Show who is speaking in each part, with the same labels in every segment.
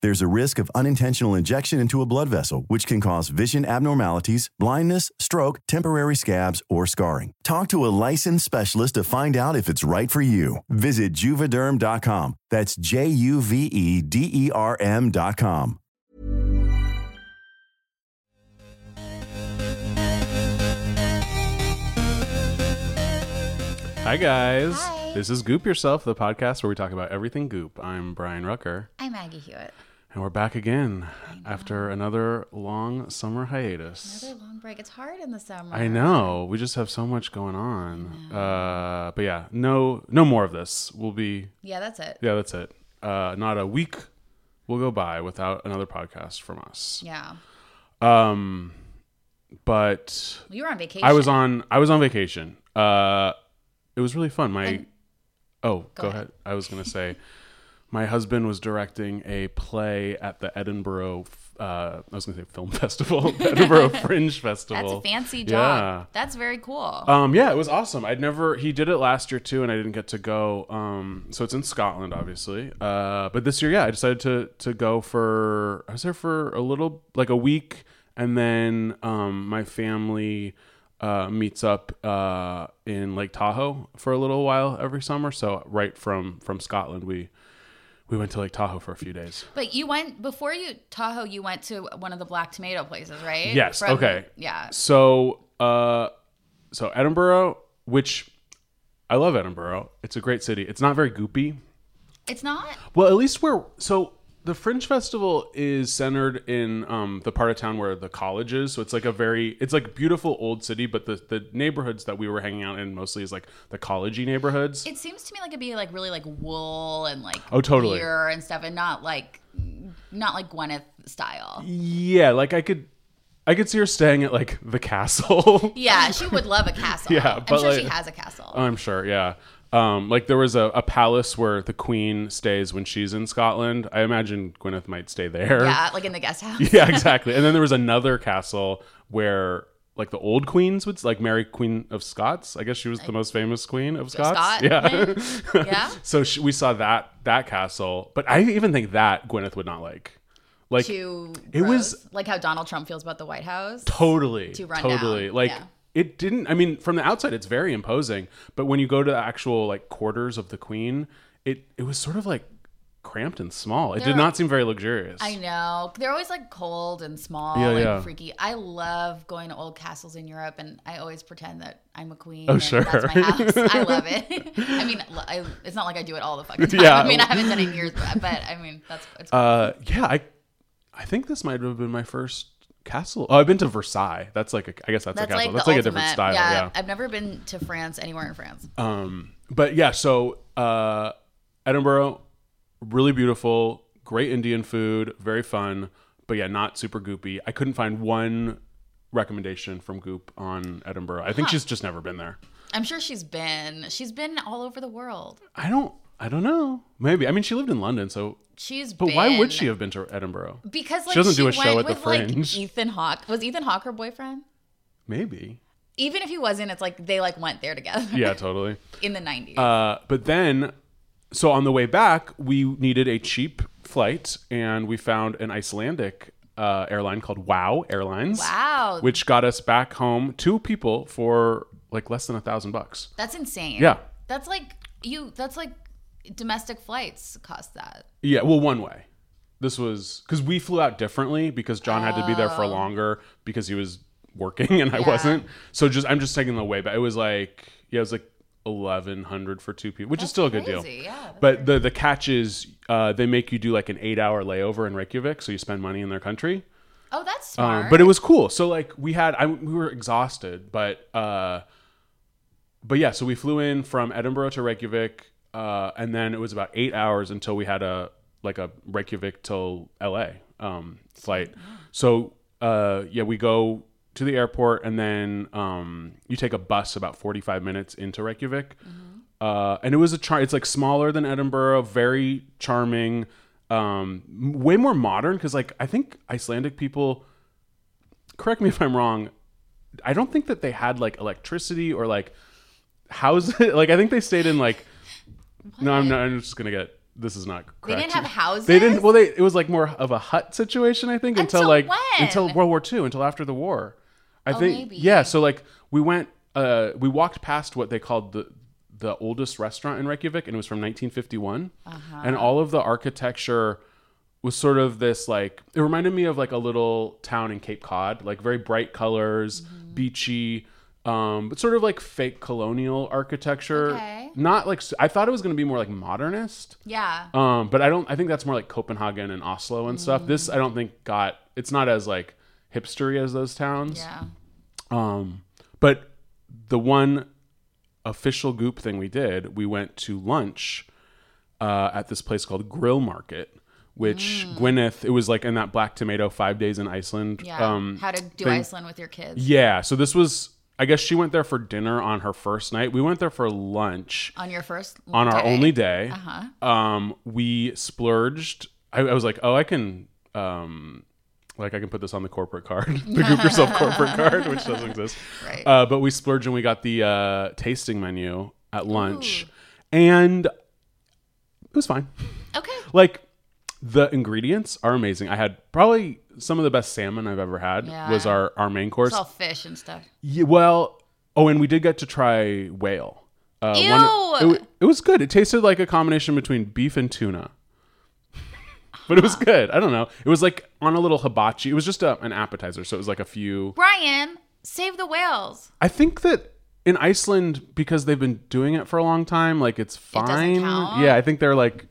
Speaker 1: There's a risk of unintentional injection into a blood vessel, which can cause vision abnormalities, blindness, stroke, temporary scabs, or scarring. Talk to a licensed specialist to find out if it's right for you. Visit juvederm.com. That's J U V E D E R M.com.
Speaker 2: Hi, guys.
Speaker 3: Hi.
Speaker 2: This is Goop Yourself, the podcast where we talk about everything goop. I'm Brian Rucker,
Speaker 3: I'm Maggie Hewitt.
Speaker 2: and we're back again after another long summer hiatus.
Speaker 3: Another long break. It's hard in the summer.
Speaker 2: I know. We just have so much going on. Uh, but yeah, no no more of this. We'll be
Speaker 3: Yeah, that's it.
Speaker 2: Yeah, that's it. Uh, not a week will go by without another podcast from us.
Speaker 3: Yeah.
Speaker 2: Um but
Speaker 3: Well, you were on vacation.
Speaker 2: I was on I was on vacation. Uh it was really fun. My
Speaker 3: And-
Speaker 2: Oh, go, ahead.
Speaker 3: ahead.
Speaker 2: I was going to say my husband was directing a play at the Edinburgh uh, I was going to say film festival, Edinburgh Fringe
Speaker 3: That's
Speaker 2: Festival.
Speaker 3: a fancy
Speaker 2: Yeah.
Speaker 3: job. That's very cool.
Speaker 2: Um, yeah, it was awesome. I'd never he did it last year too, and I didn't get to go. Um, so it's in Scotland, obviously. Uh, but this year, yeah, I decided to to go for I was there for a little like a week, and then um, my family uh, meets up uh, in Lake Tahoe for a little while every summer. So right from from Scotland, we we went to Lake Tahoe for a few days.
Speaker 3: but you went before you Tahoe. You went to one of the Black Tomato places, right?
Speaker 2: Yes,
Speaker 3: From-
Speaker 2: okay.
Speaker 3: Yeah.
Speaker 2: So, uh, so Edinburgh, which I love Edinburgh. It's a great city. It's not very goopy.
Speaker 3: It's not.
Speaker 2: Well, at least where so the Fringe Festival is centered in um, the part of town where the college is. So it's like a very it's like beautiful old city, but the the neighborhoods that we were hanging out in mostly is like the collegey neighborhoods.
Speaker 3: It seems to me like it'd be like really like wool and like
Speaker 2: Oh, totally.
Speaker 3: beer and stuff, and not like not like Gwyneth style.
Speaker 2: yeah, like I could I could see her staying at like the castle.
Speaker 3: Yeah, she would love a castle.
Speaker 2: Yeah,
Speaker 3: I'm
Speaker 2: but,
Speaker 3: sure she
Speaker 2: like-
Speaker 3: has a castle.
Speaker 2: I'm sure, yeah. Um, like there was a, a palace where the queen stays when she's in Scotland. I imagine Gwyneth might stay there.
Speaker 3: yeah, like in the guest house.
Speaker 2: yeah, exactly. And then there was another castle where like the old queens would like Mary Queen of Scots. I guess she was the most famous queen of Scots.
Speaker 3: Scott?
Speaker 2: Yeah.
Speaker 3: Yeah?
Speaker 2: so she, we saw that that castle, but I even think that Gwyneth would not like. Like
Speaker 3: Too
Speaker 2: It was-
Speaker 3: gross. like how Donald Trump feels about the White House.
Speaker 2: totally
Speaker 3: too run
Speaker 2: totally
Speaker 3: down.
Speaker 2: like
Speaker 3: Yeah.
Speaker 2: it didn't I mean from the outside it's very imposing, but when you go to the actual like quarters of the queen, it it was sort of like cramped and small. It did
Speaker 3: They're-
Speaker 2: not seem very luxurious.
Speaker 3: I know. They're always like cold and small
Speaker 2: Yeah,
Speaker 3: and
Speaker 2: yeah.
Speaker 3: freaky. I love going to old castles in Europe and I always pretend that I'm a queen.
Speaker 2: Oh,
Speaker 3: and
Speaker 2: sure.
Speaker 3: That's my house. I love it. I mean, lo- I, it's not like I do it all the fucking time.
Speaker 2: Yeah.
Speaker 3: I mean, I haven't done it in years, but, but I mean, that's it's cool.
Speaker 2: Uh, yeah, I, I think this might have been my first castle. Oh, I've been to Versailles. That's like a, I guess that's,
Speaker 3: that's
Speaker 2: a castle.
Speaker 3: like
Speaker 2: that's
Speaker 3: the
Speaker 2: like a
Speaker 3: ultimate.
Speaker 2: different style.
Speaker 3: yeah.
Speaker 2: Yeah.
Speaker 3: I've never been to France, anywhere in France.
Speaker 2: Um, but yeah, so uh, Edinburgh, really beautiful, great Indian food, very fun. But yeah, not super goopy. I couldn't find one recommendation from Goop on Edinburgh. I think she's just never been there.
Speaker 3: I'm sure she's been. She's been all over the world.
Speaker 2: I don't. I don't know. Maybe. I mean, she lived in London, so.
Speaker 3: She's
Speaker 2: But why
Speaker 3: been-
Speaker 2: would she have been to Edinburgh?
Speaker 3: Because like,
Speaker 2: doesn't
Speaker 3: she
Speaker 2: do a
Speaker 3: went
Speaker 2: show at the
Speaker 3: with, like,
Speaker 2: Fringe.
Speaker 3: Ethan Hawke. Was Ethan Hawke her boyfriend?
Speaker 2: Maybe.
Speaker 3: Even if he wasn't, it's like they like went there together.
Speaker 2: Yeah, totally.
Speaker 3: in the 90s.
Speaker 2: Uh, but then, so on the way back, we needed a cheap flight and we found an Icelandic uh, airline called Wow Airlines.
Speaker 3: Wow.
Speaker 2: Which got us back home two people for like less than a thousand bucks.
Speaker 3: That's insane.
Speaker 2: Yeah.
Speaker 3: That's like you. That's like domestic flights cost that.
Speaker 2: Yeah, well, one way. This was because we flew out differently because John had to be there
Speaker 3: Oh.
Speaker 2: for longer because he was working and I wasn't. So just I'm just taking the way back. It was like yeah, it was like eleven hundred for two people, which is still a good
Speaker 3: crazy,
Speaker 2: deal.
Speaker 3: yeah, that's
Speaker 2: but the the catch is uh, they make you do like an eight hour layover in Reykjavik, so you spend money in their country.
Speaker 3: Oh, that's smart.
Speaker 2: Um, but it was cool. So like we had, I, we were exhausted, but uh, but yeah. So we flew in from Edinburgh to Reykjavik, uh, and then it was about eight hours until we had a like a Reykjavik till LA um, flight. So uh, yeah, we go to the airport, and then um, you take a bus about forty five minutes into Reykjavik. Uh, and it was a char- it's like smaller than Edinburgh, very charming, um, m- way more modern because like I think Icelandic people correct me if I'm wrong. I don't think that they had like electricity or like houses. like I think they stayed in like. No, I'm not. I'm just gonna get. This is not. Correct.
Speaker 3: didn't have houses?
Speaker 2: They didn't. Well, they it was like more of a hut situation. I think until,
Speaker 3: Until
Speaker 2: like
Speaker 3: when? Oh,
Speaker 2: until World War II, until after the war. I think
Speaker 3: maybe.
Speaker 2: yeah. So like we went. Uh, we walked past what they called the the oldest restaurant in Reykjavik, and it was from 1951.
Speaker 3: Uh-huh.
Speaker 2: And all of the architecture was sort of this like it reminded me of like a little town in Cape Cod, like very bright colors,
Speaker 3: Mm-hmm.
Speaker 2: beachy, um, but sort of like fake colonial architecture.
Speaker 3: Okay.
Speaker 2: Not like I thought it was going to be more like modernist,
Speaker 3: yeah.
Speaker 2: um, but I don't. I think that's more like Copenhagen and Oslo and stuff. This
Speaker 3: Mm.
Speaker 2: I don't think got. It's not as like hipstery as those towns.
Speaker 3: yeah.
Speaker 2: Um, but the one official goop thing we did, we went to lunch uh, at this place called Grill Market, which
Speaker 3: Mm.
Speaker 2: Gwyneth, it was like in that Black Tomato Five Days in Iceland.
Speaker 3: Yeah.
Speaker 2: Um,
Speaker 3: How to do
Speaker 2: thing.
Speaker 3: Iceland with your kids
Speaker 2: yeah. So this was, I guess she went there for dinner on her first night. We went there for lunch
Speaker 3: on your first
Speaker 2: on our
Speaker 3: day.
Speaker 2: only day. Uh-huh. Um, we splurged. I, I was like, oh, I can, um, like, I can put this on the corporate card, the Group Yourself corporate card, which doesn't exist.
Speaker 3: Right.
Speaker 2: Uh, but we splurged and we got the uh, tasting menu at lunch, and it was fine.
Speaker 3: Okay.
Speaker 2: Like, the ingredients are amazing. I had probably some of the best salmon I've ever had.
Speaker 3: Yeah.
Speaker 2: Was our our main course?
Speaker 3: It's all fish and stuff.
Speaker 2: Yeah, well, oh, and we did get to try whale. Uh,
Speaker 3: Ew!
Speaker 2: it, wa- it was good. It tasted like a combination between beef and tuna, but it was good. I don't know. It was like on a little hibachi. It was just a, an appetizer, so it was like a few.
Speaker 3: Brian, save the whales.
Speaker 2: I think that in Iceland, because they've been doing it for a long time, like it's
Speaker 3: doesn't
Speaker 2: fine.
Speaker 3: count?
Speaker 2: Yeah, I think they're like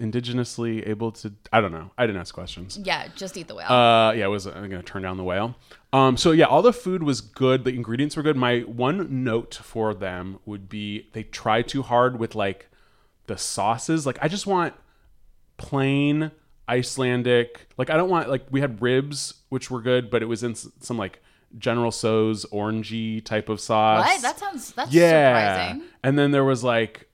Speaker 2: indigenously able to. I don't know. I didn't ask questions.
Speaker 3: Yeah, just eat the whale.
Speaker 2: Uh, yeah, I was I'm gonna turn down the whale. Um, so yeah, all the food was good. The ingredients were good. My one note for them would be they try too hard with like the sauces. Like I just want plain Icelandic. Like I don't want like we had ribs which were good, but it was in s- some like General So's orangey type of sauce.
Speaker 3: what? That sounds that's surprising.
Speaker 2: And then there was like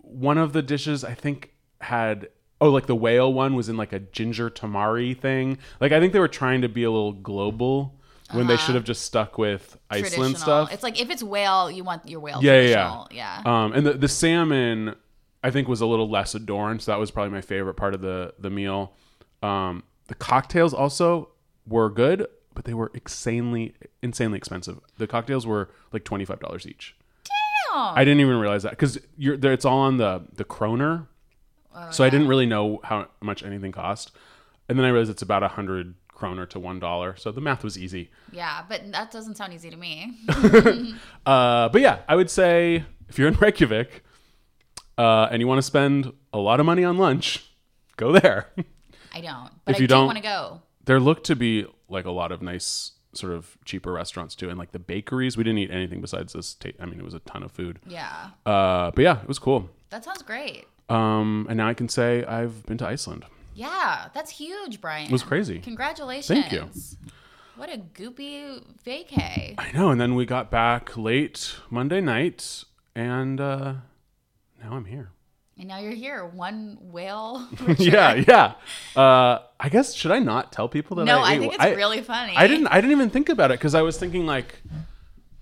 Speaker 2: one of the dishes I think had oh like the whale one was in like a ginger tamari thing. Like I think they were trying to be a little global when they should have just stuck with Iceland
Speaker 3: Uh-huh. Traditional.
Speaker 2: stuff.
Speaker 3: It's like if it's whale, you want your whale.
Speaker 2: yeah, yeah,
Speaker 3: traditional.
Speaker 2: yeah.
Speaker 3: yeah.
Speaker 2: Um, and the the salmon I think was a little less adorned, so that was probably my favorite part of the the meal. Um, the cocktails also were good, but they were insanely insanely expensive. The cocktails were like twenty five dollars each.
Speaker 3: Damn.
Speaker 2: I didn't even realize that because you're there. It's all on the the kroner, so I didn't really know how much anything cost. And then I realized it's about a hundred kroner to one dollar. So the math was easy.
Speaker 3: yeah, but that doesn't sound easy to me.
Speaker 2: Uh, but yeah, I would say if you're in Reykjavik uh, and you want to spend a lot of money on lunch, go there.
Speaker 3: I don't. But
Speaker 2: If
Speaker 3: I
Speaker 2: you
Speaker 3: do
Speaker 2: don't-
Speaker 3: want to go.
Speaker 2: there look to be like a lot of nice sort of cheaper restaurants too, and like the bakeries. We didn't eat anything besides this. Ta- I mean, it was a ton of food.
Speaker 3: Yeah.
Speaker 2: Uh, but yeah, it was cool.
Speaker 3: That sounds great.
Speaker 2: Um, and now I can say I've been to Iceland.
Speaker 3: Yeah, that's huge, Brian.
Speaker 2: It was crazy.
Speaker 3: Congratulations.
Speaker 2: Thank you.
Speaker 3: What a goopy vacay.
Speaker 2: I know. And then we got back late Monday night, and uh, now I'm here.
Speaker 3: And now you're here, one whale.
Speaker 2: yeah, yeah. Uh, I guess should I not tell people that? I,
Speaker 3: no, I
Speaker 2: ate-
Speaker 3: think it's really funny.
Speaker 2: I didn't. I didn't even think about it because I was thinking like,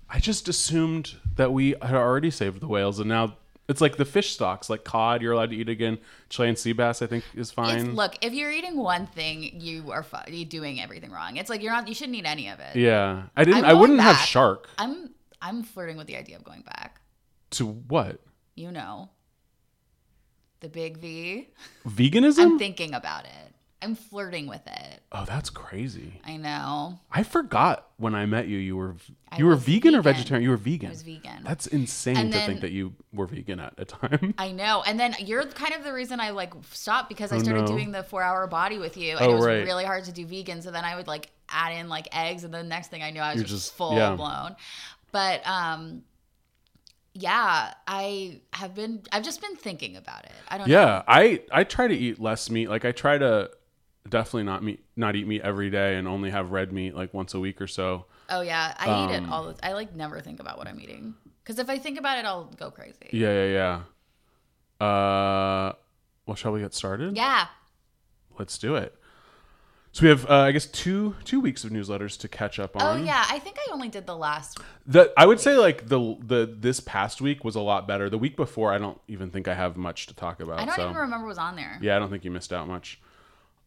Speaker 2: I just assumed that we had already saved the whales, and now It's like the fish stocks, like cod. You're allowed to eat again. Chilean sea bass, I think, is
Speaker 3: It's,
Speaker 2: fine.
Speaker 3: look, if you're eating one thing, you are fu- you're doing everything wrong. It's like you're not. You shouldn't eat any of it.
Speaker 2: yeah, I didn't.
Speaker 3: I'm
Speaker 2: I
Speaker 3: going
Speaker 2: wouldn't have
Speaker 3: back.
Speaker 2: shark.
Speaker 3: I'm I'm flirting with the idea of going back.
Speaker 2: To what?
Speaker 3: You know, the big V. I'm
Speaker 2: Veganism?
Speaker 3: thinking about it. I'm flirting with it.
Speaker 2: oh, that's crazy.
Speaker 3: I know.
Speaker 2: I forgot when I met you. You were
Speaker 3: I
Speaker 2: you were
Speaker 3: was
Speaker 2: vegan, or
Speaker 3: vegan.
Speaker 2: vegetarian? You were vegan.
Speaker 3: I was vegan.
Speaker 2: That's insane
Speaker 3: And
Speaker 2: to
Speaker 3: then-
Speaker 2: think that you were vegan at a time.
Speaker 3: I know. And then you're kind of the reason I like stopped because I
Speaker 2: Oh,
Speaker 3: started
Speaker 2: no.
Speaker 3: doing the four hour body with you. And
Speaker 2: Oh,
Speaker 3: it was
Speaker 2: right.
Speaker 3: really hard to do vegan. So then I would like add in like eggs. And the next thing I knew, I was
Speaker 2: You're
Speaker 3: just,
Speaker 2: just-
Speaker 3: full
Speaker 2: yeah.
Speaker 3: blown. But um, yeah, I have been, I've just been thinking about it. I don't know.
Speaker 2: yeah, I I try to eat less meat. Like I try to definitely not meat not eat meat every day and only have red meat like once a week or so.
Speaker 3: Oh, yeah. I eat it
Speaker 2: Um,
Speaker 3: all the I like never think about what I'm eating. Because if I think about it, I'll go crazy.
Speaker 2: Yeah, yeah, yeah. Uh, well, shall we get started?
Speaker 3: Yeah.
Speaker 2: Let's do it. So we have, uh, I guess, two two weeks of newsletters to catch up
Speaker 3: Oh,
Speaker 2: on.
Speaker 3: yeah. I think I only did the last
Speaker 2: The, I would say like the the this past week was a lot better. The week before, I don't even think I have much to talk about.
Speaker 3: I don't
Speaker 2: so.
Speaker 3: even remember what was on there.
Speaker 2: Yeah, I don't think you missed out much.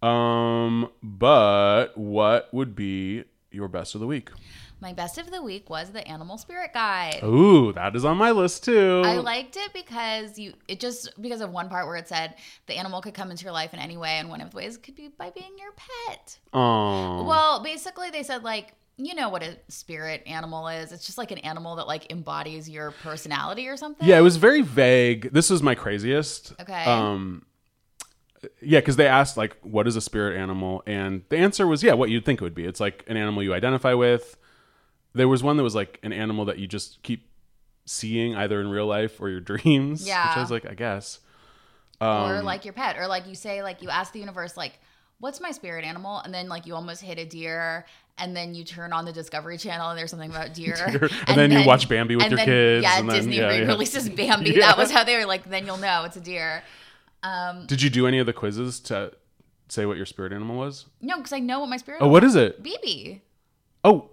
Speaker 2: Um, but what would be your best of the week?
Speaker 3: My best of the week was the Animal Spirit Guide.
Speaker 2: Ooh, that is on my list too.
Speaker 3: I liked it because you it just because of one part where it said the animal could come into your life in any way and one of the ways could be by being your pet.
Speaker 2: Aw.
Speaker 3: Well, basically they said like you know what a spirit animal is. It's just like an animal that like embodies your personality or something.
Speaker 2: Yeah, it was very vague. This was my craziest.
Speaker 3: Okay.
Speaker 2: Um, yeah, because they asked like, "What is a spirit animal?" and the answer was, "Yeah, what you'd think it would be. It's like an animal you identify with." There was one that was like an animal that you just keep seeing either in real life or your dreams. which
Speaker 3: Yeah.
Speaker 2: I was like, I guess. Um,
Speaker 3: or like your pet. Or like you say like you ask the universe like what's my spirit animal and then like you almost hit a deer and then you turn on the discovery channel and there's something about deer,
Speaker 2: And then you watch Bambi with
Speaker 3: and
Speaker 2: your
Speaker 3: then-
Speaker 2: kids,
Speaker 3: yeah
Speaker 2: and then-
Speaker 3: disney
Speaker 2: yeah, yeah.
Speaker 3: releases bambi
Speaker 2: Yeah.
Speaker 3: that was how they were like then you'll know it's a deer
Speaker 2: Did you do any of the quizzes to say what your spirit animal was?
Speaker 3: No, because I know what my spirit.
Speaker 2: Oh, what is it?
Speaker 3: BB.
Speaker 2: Oh,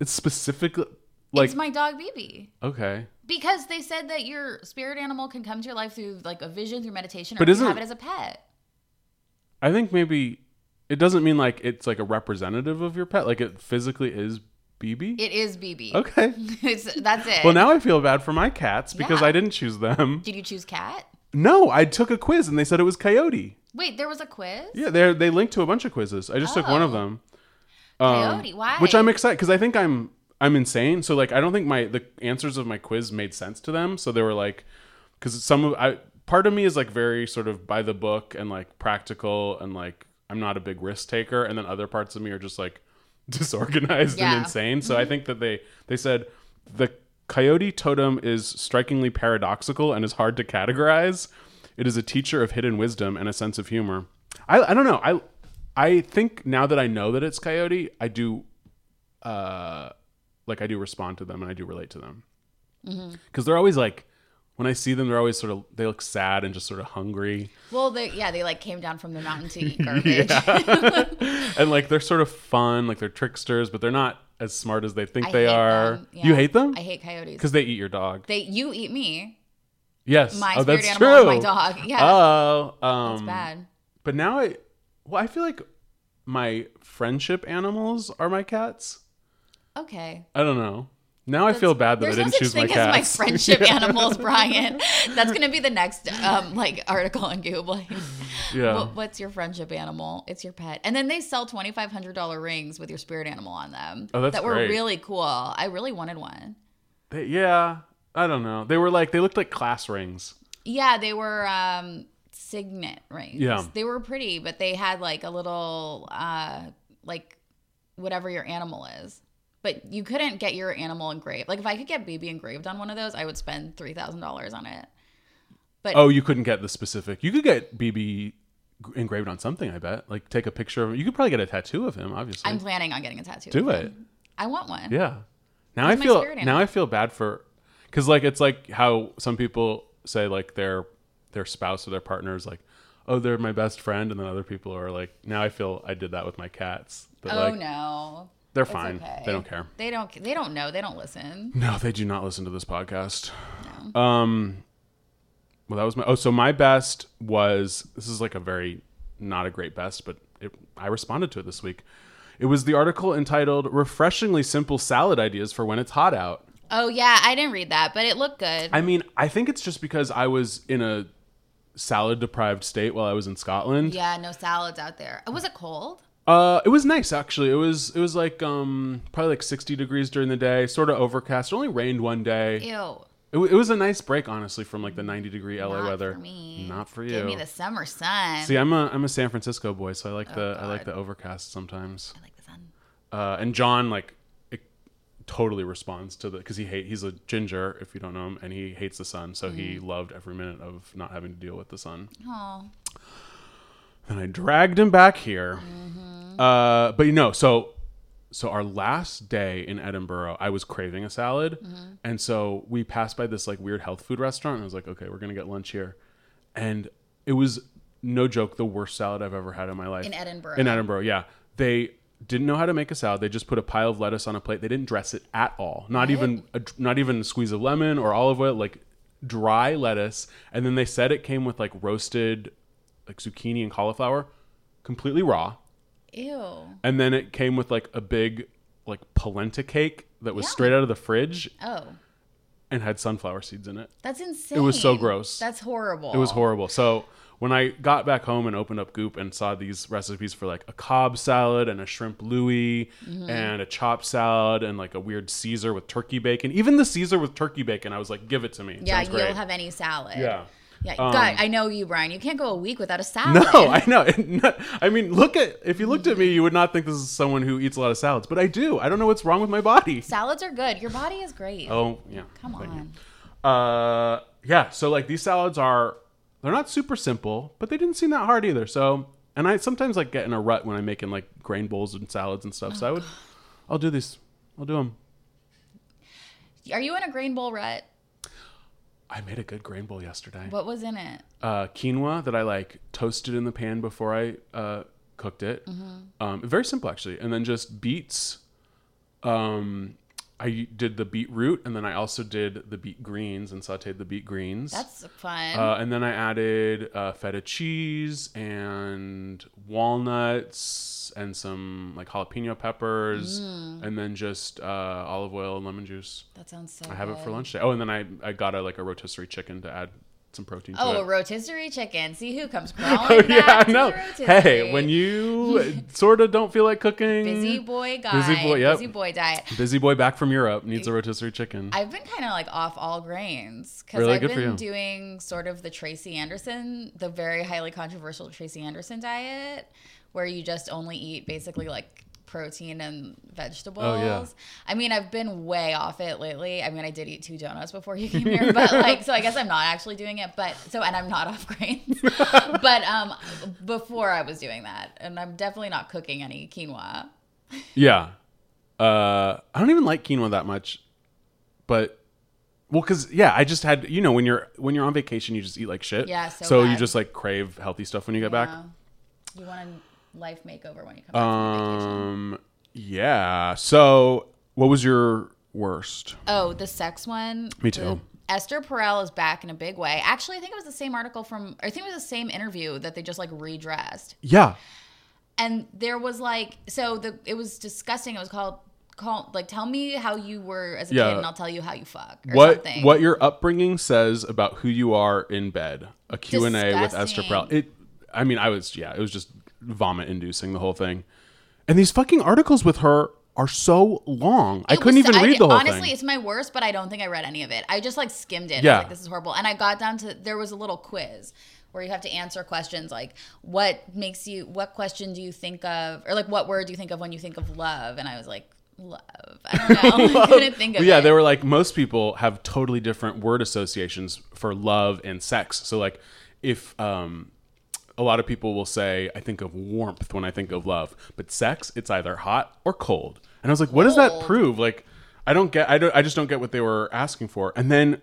Speaker 2: it's specifically like
Speaker 3: it's my dog BB.
Speaker 2: okay.
Speaker 3: Because they said that your spirit animal can come to your life through like a vision, through meditation, or
Speaker 2: But
Speaker 3: if you
Speaker 2: isn't-
Speaker 3: have it as a pet.
Speaker 2: I think maybe it doesn't mean like it's like a representative of your pet. Like it physically is BB.
Speaker 3: It is BB.
Speaker 2: okay.
Speaker 3: It's- that's it.
Speaker 2: Well, now I feel bad for my cats because
Speaker 3: Yeah.
Speaker 2: I didn't choose them.
Speaker 3: Did you choose cat?
Speaker 2: No, I took a quiz and they said it was Coyote.
Speaker 3: Wait, there was a quiz.
Speaker 2: Yeah, they they linked to a bunch of quizzes. I just took one of them.
Speaker 3: Oh.
Speaker 2: Um,
Speaker 3: Coyote. Why?
Speaker 2: which I'm excited because I think I'm I'm insane. So like I don't think my the answers of my quiz made sense to them. So they were like, because some of I part of me is like very sort of by the book and like practical and like I'm not a big risk taker, and then other parts of me are just like disorganized
Speaker 3: Yeah.
Speaker 2: and insane. So I think that they they said the coyote totem is strikingly paradoxical and is hard to categorize. It is a teacher of hidden wisdom and a sense of humor. I, I don't know. I I think now that I know that it's coyote, I do uh like I do respond to them and I do relate to them. Cuz they're always like when I see them they're always sort of they look sad and just sort of hungry.
Speaker 3: Well, they, yeah, they like came down from the mountain to eat garbage.
Speaker 2: and like they're sort of fun, like they're tricksters, but they're not as smart as they think
Speaker 3: I
Speaker 2: they
Speaker 3: hate
Speaker 2: are.
Speaker 3: them. Yeah.
Speaker 2: You hate them?
Speaker 3: I hate coyotes.
Speaker 2: Cuz they eat your dog.
Speaker 3: they you eat me.
Speaker 2: yes.
Speaker 3: My
Speaker 2: oh,
Speaker 3: spirit
Speaker 2: that's
Speaker 3: animal is
Speaker 2: true.
Speaker 3: my dog. Yeah.
Speaker 2: Oh, um
Speaker 3: it's bad.
Speaker 2: But now I well I feel like my friendship animals are my cats.
Speaker 3: Okay.
Speaker 2: I don't know. Now I feel bad that I
Speaker 3: There's
Speaker 2: didn't
Speaker 3: no
Speaker 2: choose
Speaker 3: such thing
Speaker 2: my
Speaker 3: as my
Speaker 2: cats.
Speaker 3: friendship animals, Brian. That's gonna be the next um, like article on Google. Like,
Speaker 2: yeah.
Speaker 3: what, what's your friendship animal? It's your pet. And then they sell twenty five hundred dollar rings with your spirit animal on them.
Speaker 2: Oh, that's
Speaker 3: that were
Speaker 2: great.
Speaker 3: really cool. I really wanted one.
Speaker 2: They- yeah, I don't know. They were like they looked like class rings.
Speaker 3: Yeah, they were um, signet rings.
Speaker 2: Yeah.
Speaker 3: they were pretty, but they had like a little uh, like whatever your animal is. But you couldn't get your animal engraved. Like if I could get BB engraved on one of those, I would spend three thousand dollars on it. But
Speaker 2: Oh, you couldn't get the specific. You could get BB g- engraved on something. I bet. Like take a picture of him. You could probably get a tattoo of him. Obviously,
Speaker 3: I'm planning on getting a tattoo.
Speaker 2: do
Speaker 3: of
Speaker 2: it.
Speaker 3: him. I want one.
Speaker 2: Yeah. Now I
Speaker 3: He's my
Speaker 2: feel
Speaker 3: spirit
Speaker 2: now
Speaker 3: animal.
Speaker 2: I feel bad for because like it's like how some people say like their their spouse or their partner is like oh they're my best friend and then other people are like now I feel I did that with my cats. They're
Speaker 3: Oh
Speaker 2: like,
Speaker 3: no.
Speaker 2: They're
Speaker 3: It's
Speaker 2: fine.
Speaker 3: okay.
Speaker 2: They don't care.
Speaker 3: They don't. They don't know. They don't listen.
Speaker 2: No, they do not listen to this podcast. Um, Well, that was my. Oh, so my best was this is like a very not a great best, but it, I responded to it this week. It was the article entitled "Refreshingly Simple Salad Ideas for When It's Hot Out."
Speaker 3: Oh yeah, I didn't read that, but it looked good.
Speaker 2: I mean, I think it's just because I was in a salad deprived state while I was in Scotland.
Speaker 3: yeah, no salads out there. Oh, was it cold?
Speaker 2: Uh, it was nice actually. It was it was like um probably like sixty degrees during the day, sort of overcast. It only rained one day.
Speaker 3: Ew.
Speaker 2: It, wa- it was a nice break, honestly, from like the ninety degree LA
Speaker 3: not
Speaker 2: weather.
Speaker 3: For me.
Speaker 2: Not for you.
Speaker 3: Give me the summer sun.
Speaker 2: See, I'm a I'm a San Francisco boy, so I like the I like the overcast sometimes.
Speaker 3: I like the sun.
Speaker 2: Uh, and John like it totally responds to the because he hate he's a ginger if you don't know him, and he hates the sun, so he
Speaker 3: Mm-hmm.
Speaker 2: loved every minute of not having to deal with the sun.
Speaker 3: Oh,
Speaker 2: And I dragged him back here. Uh, but you know, so so our last day in Edinburgh, I was craving a salad, and so we passed by this like weird health food restaurant. And I was like, okay, we're gonna get lunch here, and it was no joke the worst salad I've ever had in my life
Speaker 3: In Edinburgh.
Speaker 2: In Edinburgh, yeah, they didn't know how to make a salad. They just put a pile of lettuce on a plate. They didn't dress it at all. Not even a, not even a squeeze of lemon or olive oil. Like dry lettuce, and then they said it came with like roasted like zucchini and cauliflower completely raw
Speaker 3: ew.
Speaker 2: and then it came with like a big like polenta cake that was straight out of the fridge
Speaker 3: Oh,
Speaker 2: and had sunflower seeds in it
Speaker 3: that's insane.
Speaker 2: it was so gross
Speaker 3: That's horrible.
Speaker 2: it was horrible so when i got back home and opened up goop and saw these recipes for like a cob salad and a shrimp louis and a chopped salad and like a weird caesar with turkey bacon even the caesar with turkey bacon i was like give it to me
Speaker 3: Yeah,
Speaker 2: Sounds
Speaker 3: you'll
Speaker 2: great.
Speaker 3: have any salad.
Speaker 2: yeah Um,
Speaker 3: Yeah, God, I know you, Brian. You can't go a week without a salad.
Speaker 2: No, I know. No, I mean, look at if you looked at me, you would not think this is someone who eats a lot of salads, but I do. I don't know what's wrong with my body.
Speaker 3: Salads are good. Your body is great.
Speaker 2: Oh, yeah.
Speaker 3: Come on.
Speaker 2: Uh, yeah. So like these salads are, they're not super simple, but they didn't seem that hard either. So, and I sometimes like get in a rut when I'm making like grain bowls and salads and stuff. so I would,
Speaker 3: Oh,
Speaker 2: I'll do these. I'll do them.
Speaker 3: Are you in a grain bowl rut?
Speaker 2: I made a good grain bowl yesterday.
Speaker 3: What was in it?
Speaker 2: uh, quinoa that I like toasted in the pan before I uh, cooked it.
Speaker 3: Mm-hmm.
Speaker 2: Um, very simple actually, and then just beets. Um, I did the beetroot, and then I also did the beet greens and sautéed the beet greens.
Speaker 3: That's fun.
Speaker 2: uh, and then I added uh, feta cheese and walnuts and some like jalapeno peppers,
Speaker 3: Mm.
Speaker 2: and then just uh, olive oil and lemon juice.
Speaker 3: that sounds so.
Speaker 2: I have it for
Speaker 3: good.
Speaker 2: lunch today. Oh, and then I, I got a like a rotisserie chicken to add some protein. to
Speaker 3: Oh,
Speaker 2: it.
Speaker 3: a rotisserie chicken. See who comes crawling
Speaker 2: Oh
Speaker 3: back
Speaker 2: yeah, I
Speaker 3: to the
Speaker 2: know.
Speaker 3: rotisserie.
Speaker 2: Hey, when you sort of don't feel like cooking,
Speaker 3: busy boy guy,
Speaker 2: Busy boy, yep.
Speaker 3: busy boy diet.
Speaker 2: busy boy back from Europe needs a rotisserie chicken.
Speaker 3: I've been kind of like off all grains because
Speaker 2: Really?
Speaker 3: I've
Speaker 2: Good for
Speaker 3: been
Speaker 2: you.
Speaker 3: doing sort of the Tracy Anderson, the very highly controversial Tracy Anderson diet, where you just only eat basically like protein and vegetables.
Speaker 2: Oh,
Speaker 3: I mean, I've been way off it lately. I mean, I did eat two donuts before you came here, but like, so I guess I'm not actually doing it. But so, and I'm not off grains. but um, before I was doing that, and I'm definitely not cooking any quinoa.
Speaker 2: yeah, uh, I don't even like quinoa that much, but well, because yeah, I just had you know when you're when you're on vacation, you just eat like shit.
Speaker 3: Yeah, so
Speaker 2: you
Speaker 3: bad.
Speaker 2: just like crave healthy stuff when you get back.
Speaker 3: You want a life makeover when you come back from vacation.
Speaker 2: Um, yeah. So, what was your worst?
Speaker 3: Oh, the sex one.
Speaker 2: Me too.
Speaker 3: Esther Perel is back in a big way. Actually, I think it was the same article from, I think it was the same interview that they just like redressed.
Speaker 2: Yeah,
Speaker 3: And there was like, so the it was disgusting. It was called, called like, tell me how you were as a
Speaker 2: Yeah.
Speaker 3: kid, and I'll tell you how you fuck. Or
Speaker 2: what
Speaker 3: something.
Speaker 2: what your upbringing says about who you are in bed. A Q and A with Esther
Speaker 3: Disgusting.
Speaker 2: Perel. It. I mean, I was yeah. It was just vomit inducing the whole thing. And these fucking articles with her are so long. I
Speaker 3: It
Speaker 2: couldn't
Speaker 3: was-
Speaker 2: even
Speaker 3: I
Speaker 2: read
Speaker 3: did-
Speaker 2: the whole
Speaker 3: honestly,
Speaker 2: thing.
Speaker 3: it's my worst, but I don't think I read any of it. I just like skimmed it. I
Speaker 2: Yeah.
Speaker 3: was like, this is horrible. And I got down to there was a little quiz where you have to answer questions like what makes you what question do you think of or like what word do you think of when you think of love? And I was like, love. I don't know. I couldn't think of
Speaker 2: But yeah,
Speaker 3: it.
Speaker 2: they were like most people have totally different word associations for love and sex. So like if um a lot of people will say I think of warmth when I think of love, but sex it's either hot or cold. And I was like, what does that prove? Like I don't get I don't I just don't get what they were asking for. And then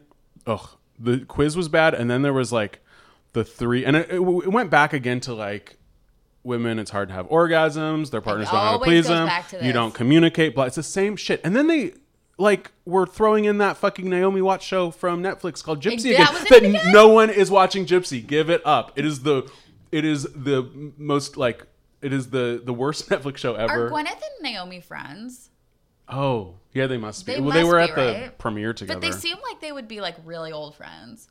Speaker 2: ugh, the quiz was bad and then there was like the three and it, it w- it went back again to like women it's hard to have orgasms their partners don't know how to
Speaker 3: always
Speaker 2: please
Speaker 3: goes
Speaker 2: them
Speaker 3: back to
Speaker 2: you
Speaker 3: this.
Speaker 2: don't communicate blah it's the same shit and then they like we're throwing in that fucking Naomi Watts show from Netflix called Gypsy
Speaker 3: that
Speaker 2: again.
Speaker 3: was in
Speaker 2: That
Speaker 3: it again?
Speaker 2: no one is watching Gypsy. Give it up. It is the it is the most like it is the the worst Netflix show
Speaker 3: Are
Speaker 2: ever.
Speaker 3: Gwyneth and Naomi friends?
Speaker 2: oh yeah, they must be.
Speaker 3: They
Speaker 2: well, they
Speaker 3: must
Speaker 2: were
Speaker 3: be,
Speaker 2: at the
Speaker 3: right?
Speaker 2: premiere together.
Speaker 3: But they seem like they would be like really old friends.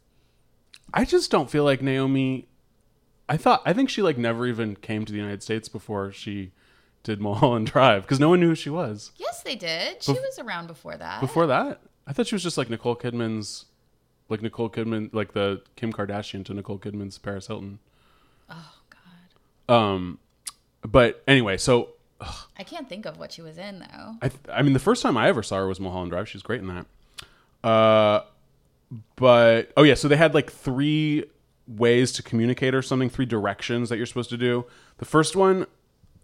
Speaker 2: I just don't feel like Naomi. I thought I think she like never even came to the United States before she did Mulholland Drive because no one knew who she was
Speaker 3: Yes, they did. She was around before that.
Speaker 2: before that. I thought she was just like Nicole Kidman's, like Nicole Kidman, like the Kim Kardashian to Nicole Kidman's Paris Hilton. Oh God. Um, but anyway, so
Speaker 3: I can't think of what she was in though.
Speaker 2: I, th- I mean, the first time I ever saw her was Mulholland Drive. She's great in that. Uh, but oh yeah, so they had like three ways to communicate or something, three directions that you're supposed to do. The first one,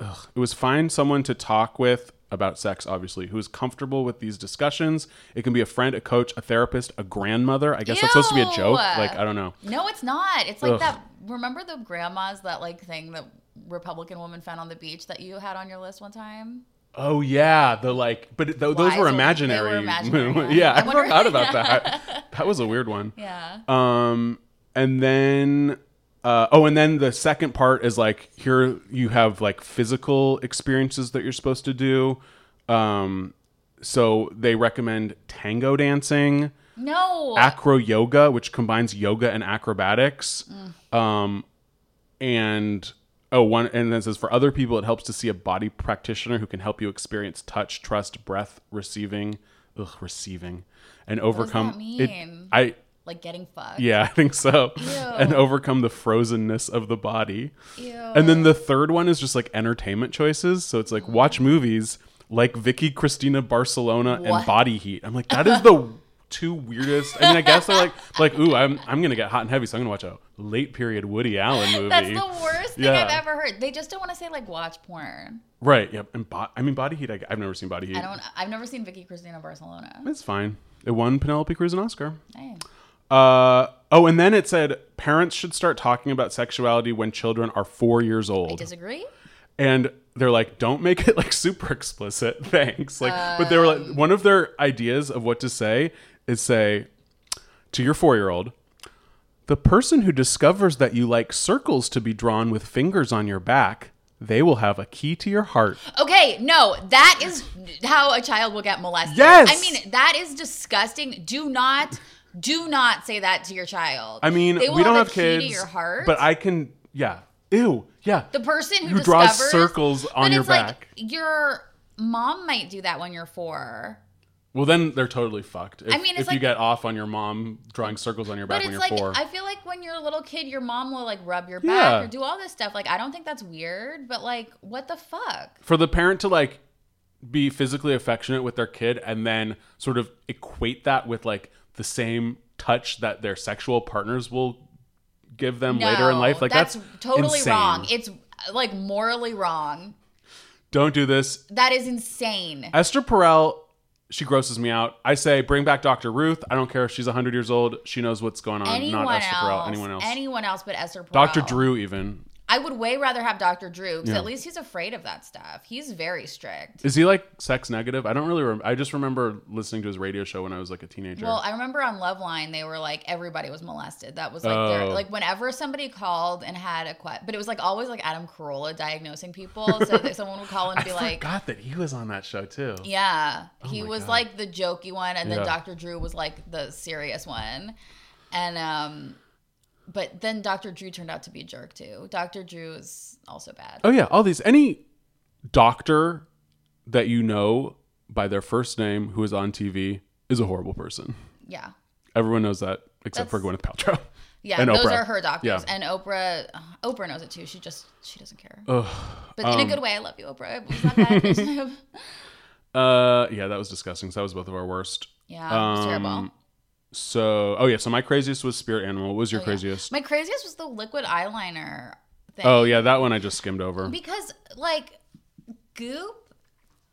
Speaker 2: ugh, it was find someone to talk with about sex, obviously, who is comfortable with these discussions. It can be a friend, a coach, a therapist, a grandmother. I guess that's supposed to be a joke.
Speaker 3: Ew.
Speaker 2: Like I don't know.
Speaker 3: No, it's not. It's like
Speaker 2: Ugh.
Speaker 3: that. Remember the grandmas that like thing that Republican woman found on the beach that you had on your list one time?
Speaker 2: Oh yeah, the like, but th- those
Speaker 3: Lies
Speaker 2: were
Speaker 3: were- they were
Speaker 2: imaginary.
Speaker 3: imaginary,
Speaker 2: yeah, I,
Speaker 3: yeah. I wonder-
Speaker 2: forgot about that. That was a weird one.
Speaker 3: Yeah.
Speaker 2: Um, and then, uh, oh, and then the second part is like here you have like physical experiences that you're supposed to do. Um, so they recommend tango dancing,
Speaker 3: No.
Speaker 2: acro yoga, which combines yoga and acrobatics.
Speaker 3: Mm.
Speaker 2: Um, and oh, one, and then it says for other people, it helps to see a body practitioner who can help you experience touch, trust, breath, receiving, ugh, receiving, and
Speaker 3: does that
Speaker 2: overcome. it-
Speaker 3: mean?
Speaker 2: I
Speaker 3: like getting fucked.
Speaker 2: yeah, I think so. And overcome the frozenness of the body. And then the third one is just like entertainment choices. So it's like watch movies like Vicky Cristina Barcelona and
Speaker 3: Mm. What?
Speaker 2: Body Heat. I'm like, that is the two weirdest. I mean, I guess they're like like, ooh, I'm I'm gonna get hot and heavy, so I'm gonna watch a late period Woody Allen movie.
Speaker 3: That's the worst thing
Speaker 2: Yeah.
Speaker 3: I've ever heard. They just don't want to say like watch porn.
Speaker 2: Right. Yep. And bo- I mean, Body Heat. I, have never seen Body Heat.
Speaker 3: I don't. I've never seen Vicky Cristina Barcelona.
Speaker 2: It's fine. It won Penelope Cruz an Oscar.
Speaker 3: Dang.
Speaker 2: Uh, oh, and then it said parents should start talking about sexuality when children are four years old.
Speaker 3: Disagree?
Speaker 2: and they're like don't make it like super explicit thanks like but they were
Speaker 3: Um.
Speaker 2: like one of their ideas of what to say is say to your four-year-old the person who discovers that you like circles to be drawn with fingers on your back they will have a key to your heart
Speaker 3: Okay, no, that is how a child will get molested.
Speaker 2: Yes!
Speaker 3: I mean, that is disgusting. Do not, do not say that to your child.
Speaker 2: i mean
Speaker 3: They will
Speaker 2: we don't
Speaker 3: a
Speaker 2: have
Speaker 3: key
Speaker 2: kids
Speaker 3: To your heart.
Speaker 2: but i can yeah ew yeah
Speaker 3: the person who,
Speaker 2: who draws
Speaker 3: discovers-
Speaker 2: circles on
Speaker 3: but
Speaker 2: your
Speaker 3: it's
Speaker 2: back.
Speaker 3: Like your mom might do that when you're four.
Speaker 2: well then they're totally fucked if,
Speaker 3: I mean, it's
Speaker 2: if you
Speaker 3: like-
Speaker 2: get off on your mom drawing circles on your back
Speaker 3: But
Speaker 2: when
Speaker 3: it's
Speaker 2: you're four
Speaker 3: like I feel like when you're a little kid, your mom will like rub your back
Speaker 2: Yeah.
Speaker 3: or do all this stuff. Like I don't think that's weird, but like what the fuck?
Speaker 2: for the parent to like be physically affectionate with their kid and then sort of equate that with like the same touch that their sexual partners will give them later in
Speaker 3: No,
Speaker 2: life like that's,
Speaker 3: that's totally
Speaker 2: insane.
Speaker 3: wrong. It's like morally wrong.
Speaker 2: don't do this
Speaker 3: That is insane.
Speaker 2: esther perel she grosses me out i say bring back dr ruth i don't care if she's 100 years old she knows what's going on
Speaker 3: anyone
Speaker 2: not
Speaker 3: else,
Speaker 2: esther perel anyone else
Speaker 3: anyone else but Esther Perel.
Speaker 2: dr drew even
Speaker 3: I would way rather have Dr. Drew because at least he's afraid of that stuff. He's very strict.
Speaker 2: is he like sex negative i don't really rem- i just remember listening to his radio show when i was like a teenager
Speaker 3: Well, I remember on Loveline they were like everybody was molested. That was like their
Speaker 2: Oh.
Speaker 3: like whenever somebody called and had a question, but it was like always like Adam Carolla diagnosing people. So that someone would call and
Speaker 2: i
Speaker 3: be like,
Speaker 2: forgot that he was on that show too
Speaker 3: Yeah. he was like the jokey one and
Speaker 2: Yeah.
Speaker 3: then Dr. Drew was like the serious one. And um but then Dr. Drew turned out to be a jerk too. Dr. Drew is also bad.
Speaker 2: Oh yeah, all these any doctor that you know by their first name who is on TV is a horrible person.
Speaker 3: Yeah.
Speaker 2: Everyone knows that except for Gwyneth Paltrow.
Speaker 3: Yeah,
Speaker 2: And
Speaker 3: those
Speaker 2: Oprah.
Speaker 3: are her doctors.
Speaker 2: Yeah.
Speaker 3: And Oprah Oprah knows it too. She just she doesn't care. but
Speaker 2: um,
Speaker 3: in a good way, I love you, Oprah. It was not bad.
Speaker 2: Uh, yeah, that was disgusting. So that was both of our worst.
Speaker 3: yeah, it was
Speaker 2: Um,
Speaker 3: terrible.
Speaker 2: So oh yeah, so my craziest was spirit animal. What was
Speaker 3: Oh,
Speaker 2: your craziest?
Speaker 3: My craziest was the liquid eyeliner thing.
Speaker 2: Oh yeah, that one I just skimmed over.
Speaker 3: Because like Goop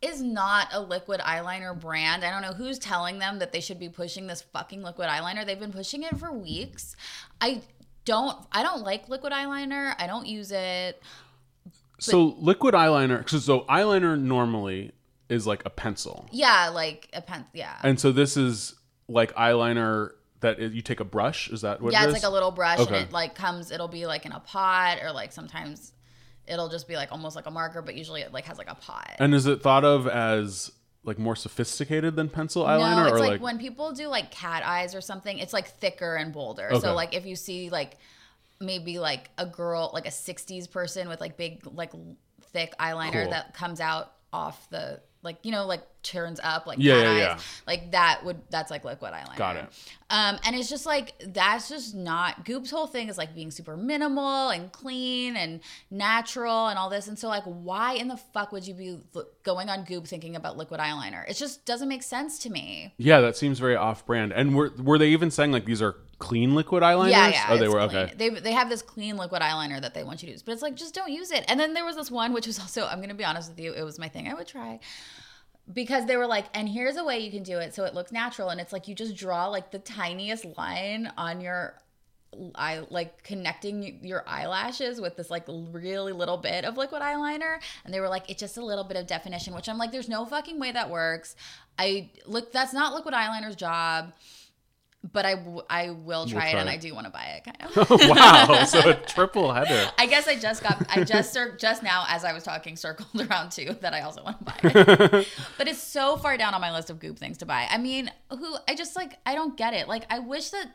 Speaker 3: is not a liquid eyeliner brand. I don't know who's telling them that they should be pushing this fucking liquid eyeliner. They've been pushing it for weeks. I don't I don't like liquid eyeliner. I don't use it.
Speaker 2: so liquid eyeliner. 'cause So eyeliner normally is like a pencil.
Speaker 3: Yeah, like a pen. Yeah.
Speaker 2: And so this is like eyeliner that is, you take a brush. Is that what
Speaker 3: yeah,
Speaker 2: it
Speaker 3: it's
Speaker 2: is?
Speaker 3: like a little brush
Speaker 2: Okay.
Speaker 3: and it like comes, it'll be like in a pot or like sometimes it'll just be like almost like a marker, but usually it like has like a pot.
Speaker 2: and is it thought of as like more sophisticated than pencil eyeliner
Speaker 3: no, it's
Speaker 2: or
Speaker 3: like,
Speaker 2: like,
Speaker 3: when people do like cat eyes or something, it's like thicker and bolder.
Speaker 2: Okay.
Speaker 3: So like if you see like maybe like a girl, like a 60s person with like big like l- thick eyeliner
Speaker 2: Cool.
Speaker 3: that comes out off the like you know like turns up like
Speaker 2: Yeah,
Speaker 3: cat
Speaker 2: yeah,
Speaker 3: eyes.
Speaker 2: yeah.
Speaker 3: Like that would that's like liquid eyeliner.
Speaker 2: Got it.
Speaker 3: Um and it's just like that's just not Goop's whole thing is like being super minimal and clean and natural and all this and so like why in the fuck would you be l- going on Goop thinking about liquid eyeliner? It just doesn't make sense to me.
Speaker 2: Yeah, that seems very off brand. And were were they even saying like these are clean liquid eyeliners?
Speaker 3: Yeah, yeah.
Speaker 2: Oh, they
Speaker 3: it's
Speaker 2: were
Speaker 3: clean.
Speaker 2: okay.
Speaker 3: They, they have this clean liquid eyeliner that they want you to use, but it's like just don't use it. And then there was this one which was also I'm gonna be honest with you, it was my thing. I would try because they were like, and here's a way you can do it so it looks natural, and it's like you just draw like the tiniest line on your eye, like connecting your eyelashes with this like really little bit of liquid eyeliner, and they were like, it's just a little bit of definition, which I'm like, there's no fucking way that works. I look, that's not liquid eyeliner's job. But I, w- I will try it
Speaker 2: try
Speaker 3: and
Speaker 2: it.
Speaker 3: I do want to buy it kind of.
Speaker 2: wow, so a triple header.
Speaker 3: I guess I just got I just cir- just now as I was talking circled around two that I also want to buy. but it's so far down on my list of goop things to buy. I mean, who I just like I don't get it. Like I wish that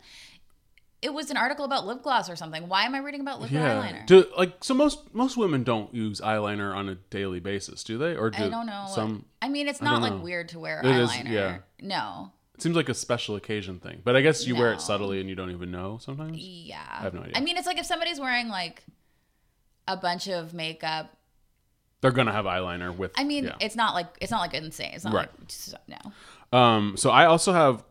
Speaker 3: it was an article about lip gloss or something. Why am I reading about liquid eyeliner?
Speaker 2: Do, like so most most women don't use eyeliner on a daily basis, do they? Or do
Speaker 3: I don't know.
Speaker 2: Some
Speaker 3: I mean, it's
Speaker 2: I don't
Speaker 3: not like
Speaker 2: know.
Speaker 3: weird to wear
Speaker 2: It is,
Speaker 3: eyeliner.
Speaker 2: yeah.
Speaker 3: No.
Speaker 2: it seems like a special occasion thing. But I guess you wear
Speaker 3: No.
Speaker 2: it subtly and you don't even know sometimes.
Speaker 3: Yeah.
Speaker 2: I have no idea.
Speaker 3: I mean, it's like if somebody's wearing like a bunch of makeup.
Speaker 2: They're gonna have eyeliner with
Speaker 3: I mean,
Speaker 2: yeah.
Speaker 3: it's not like it's not like insane. It's not
Speaker 2: Right.
Speaker 3: like just- no.
Speaker 2: Um, so I also have,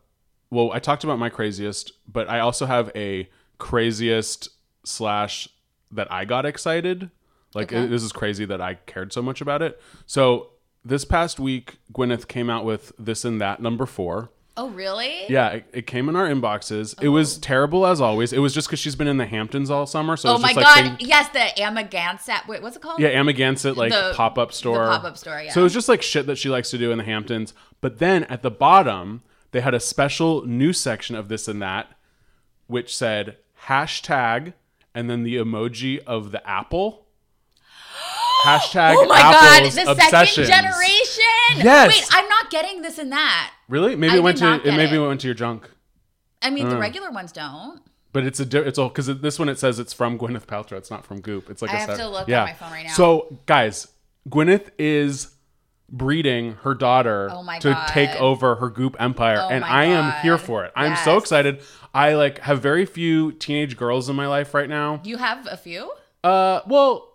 Speaker 2: well, I talked about my craziest, but I also have a craziest slash that I got excited. Like
Speaker 3: Okay.
Speaker 2: this is crazy that I cared so much about it. So this past week, Gwyneth came out with this and that number four.
Speaker 3: Oh, really?
Speaker 2: Yeah, it, it came in our inboxes. It was terrible as always. It was just because she's been in the Hamptons all summer. So
Speaker 3: Oh
Speaker 2: it's
Speaker 3: my
Speaker 2: just like
Speaker 3: god!
Speaker 2: thing-
Speaker 3: yes, the Amagansett. Wait, what's it called?
Speaker 2: Yeah, Amagansett like
Speaker 3: Oh, The-
Speaker 2: pop up store.
Speaker 3: the pop-up store, yeah.
Speaker 2: So it was just like shit that she likes to do in the Hamptons. But then at the bottom, they had a special news section of this and that, which said hashtag and then the emoji of the apple. Hashtag
Speaker 3: Oh my
Speaker 2: apples
Speaker 3: god! The
Speaker 2: obsessions.
Speaker 3: second generation.
Speaker 2: Yes.
Speaker 3: Wait, I'm not getting this and that.
Speaker 2: Really? Maybe
Speaker 3: I
Speaker 2: it went
Speaker 3: did
Speaker 2: to
Speaker 3: not
Speaker 2: it
Speaker 3: get
Speaker 2: maybe
Speaker 3: it.
Speaker 2: went to your junk.
Speaker 3: I mean,
Speaker 2: Mm.
Speaker 3: the regular ones don't.
Speaker 2: But it's a di- it's all because this one it says it's from Gwyneth Paltrow. It's not from Goop. It's like
Speaker 3: I
Speaker 2: a
Speaker 3: have
Speaker 2: set-
Speaker 3: to look on my phone right now.
Speaker 2: So guys, Gwyneth is breeding her daughter
Speaker 3: Oh my
Speaker 2: to
Speaker 3: God.
Speaker 2: take over her Goop empire,
Speaker 3: Oh
Speaker 2: and
Speaker 3: my
Speaker 2: I am
Speaker 3: God.
Speaker 2: here for it. I'm so
Speaker 3: Yes.
Speaker 2: excited. I like have very few teenage girls in my life right now.
Speaker 3: You have a few.
Speaker 2: Uh, well,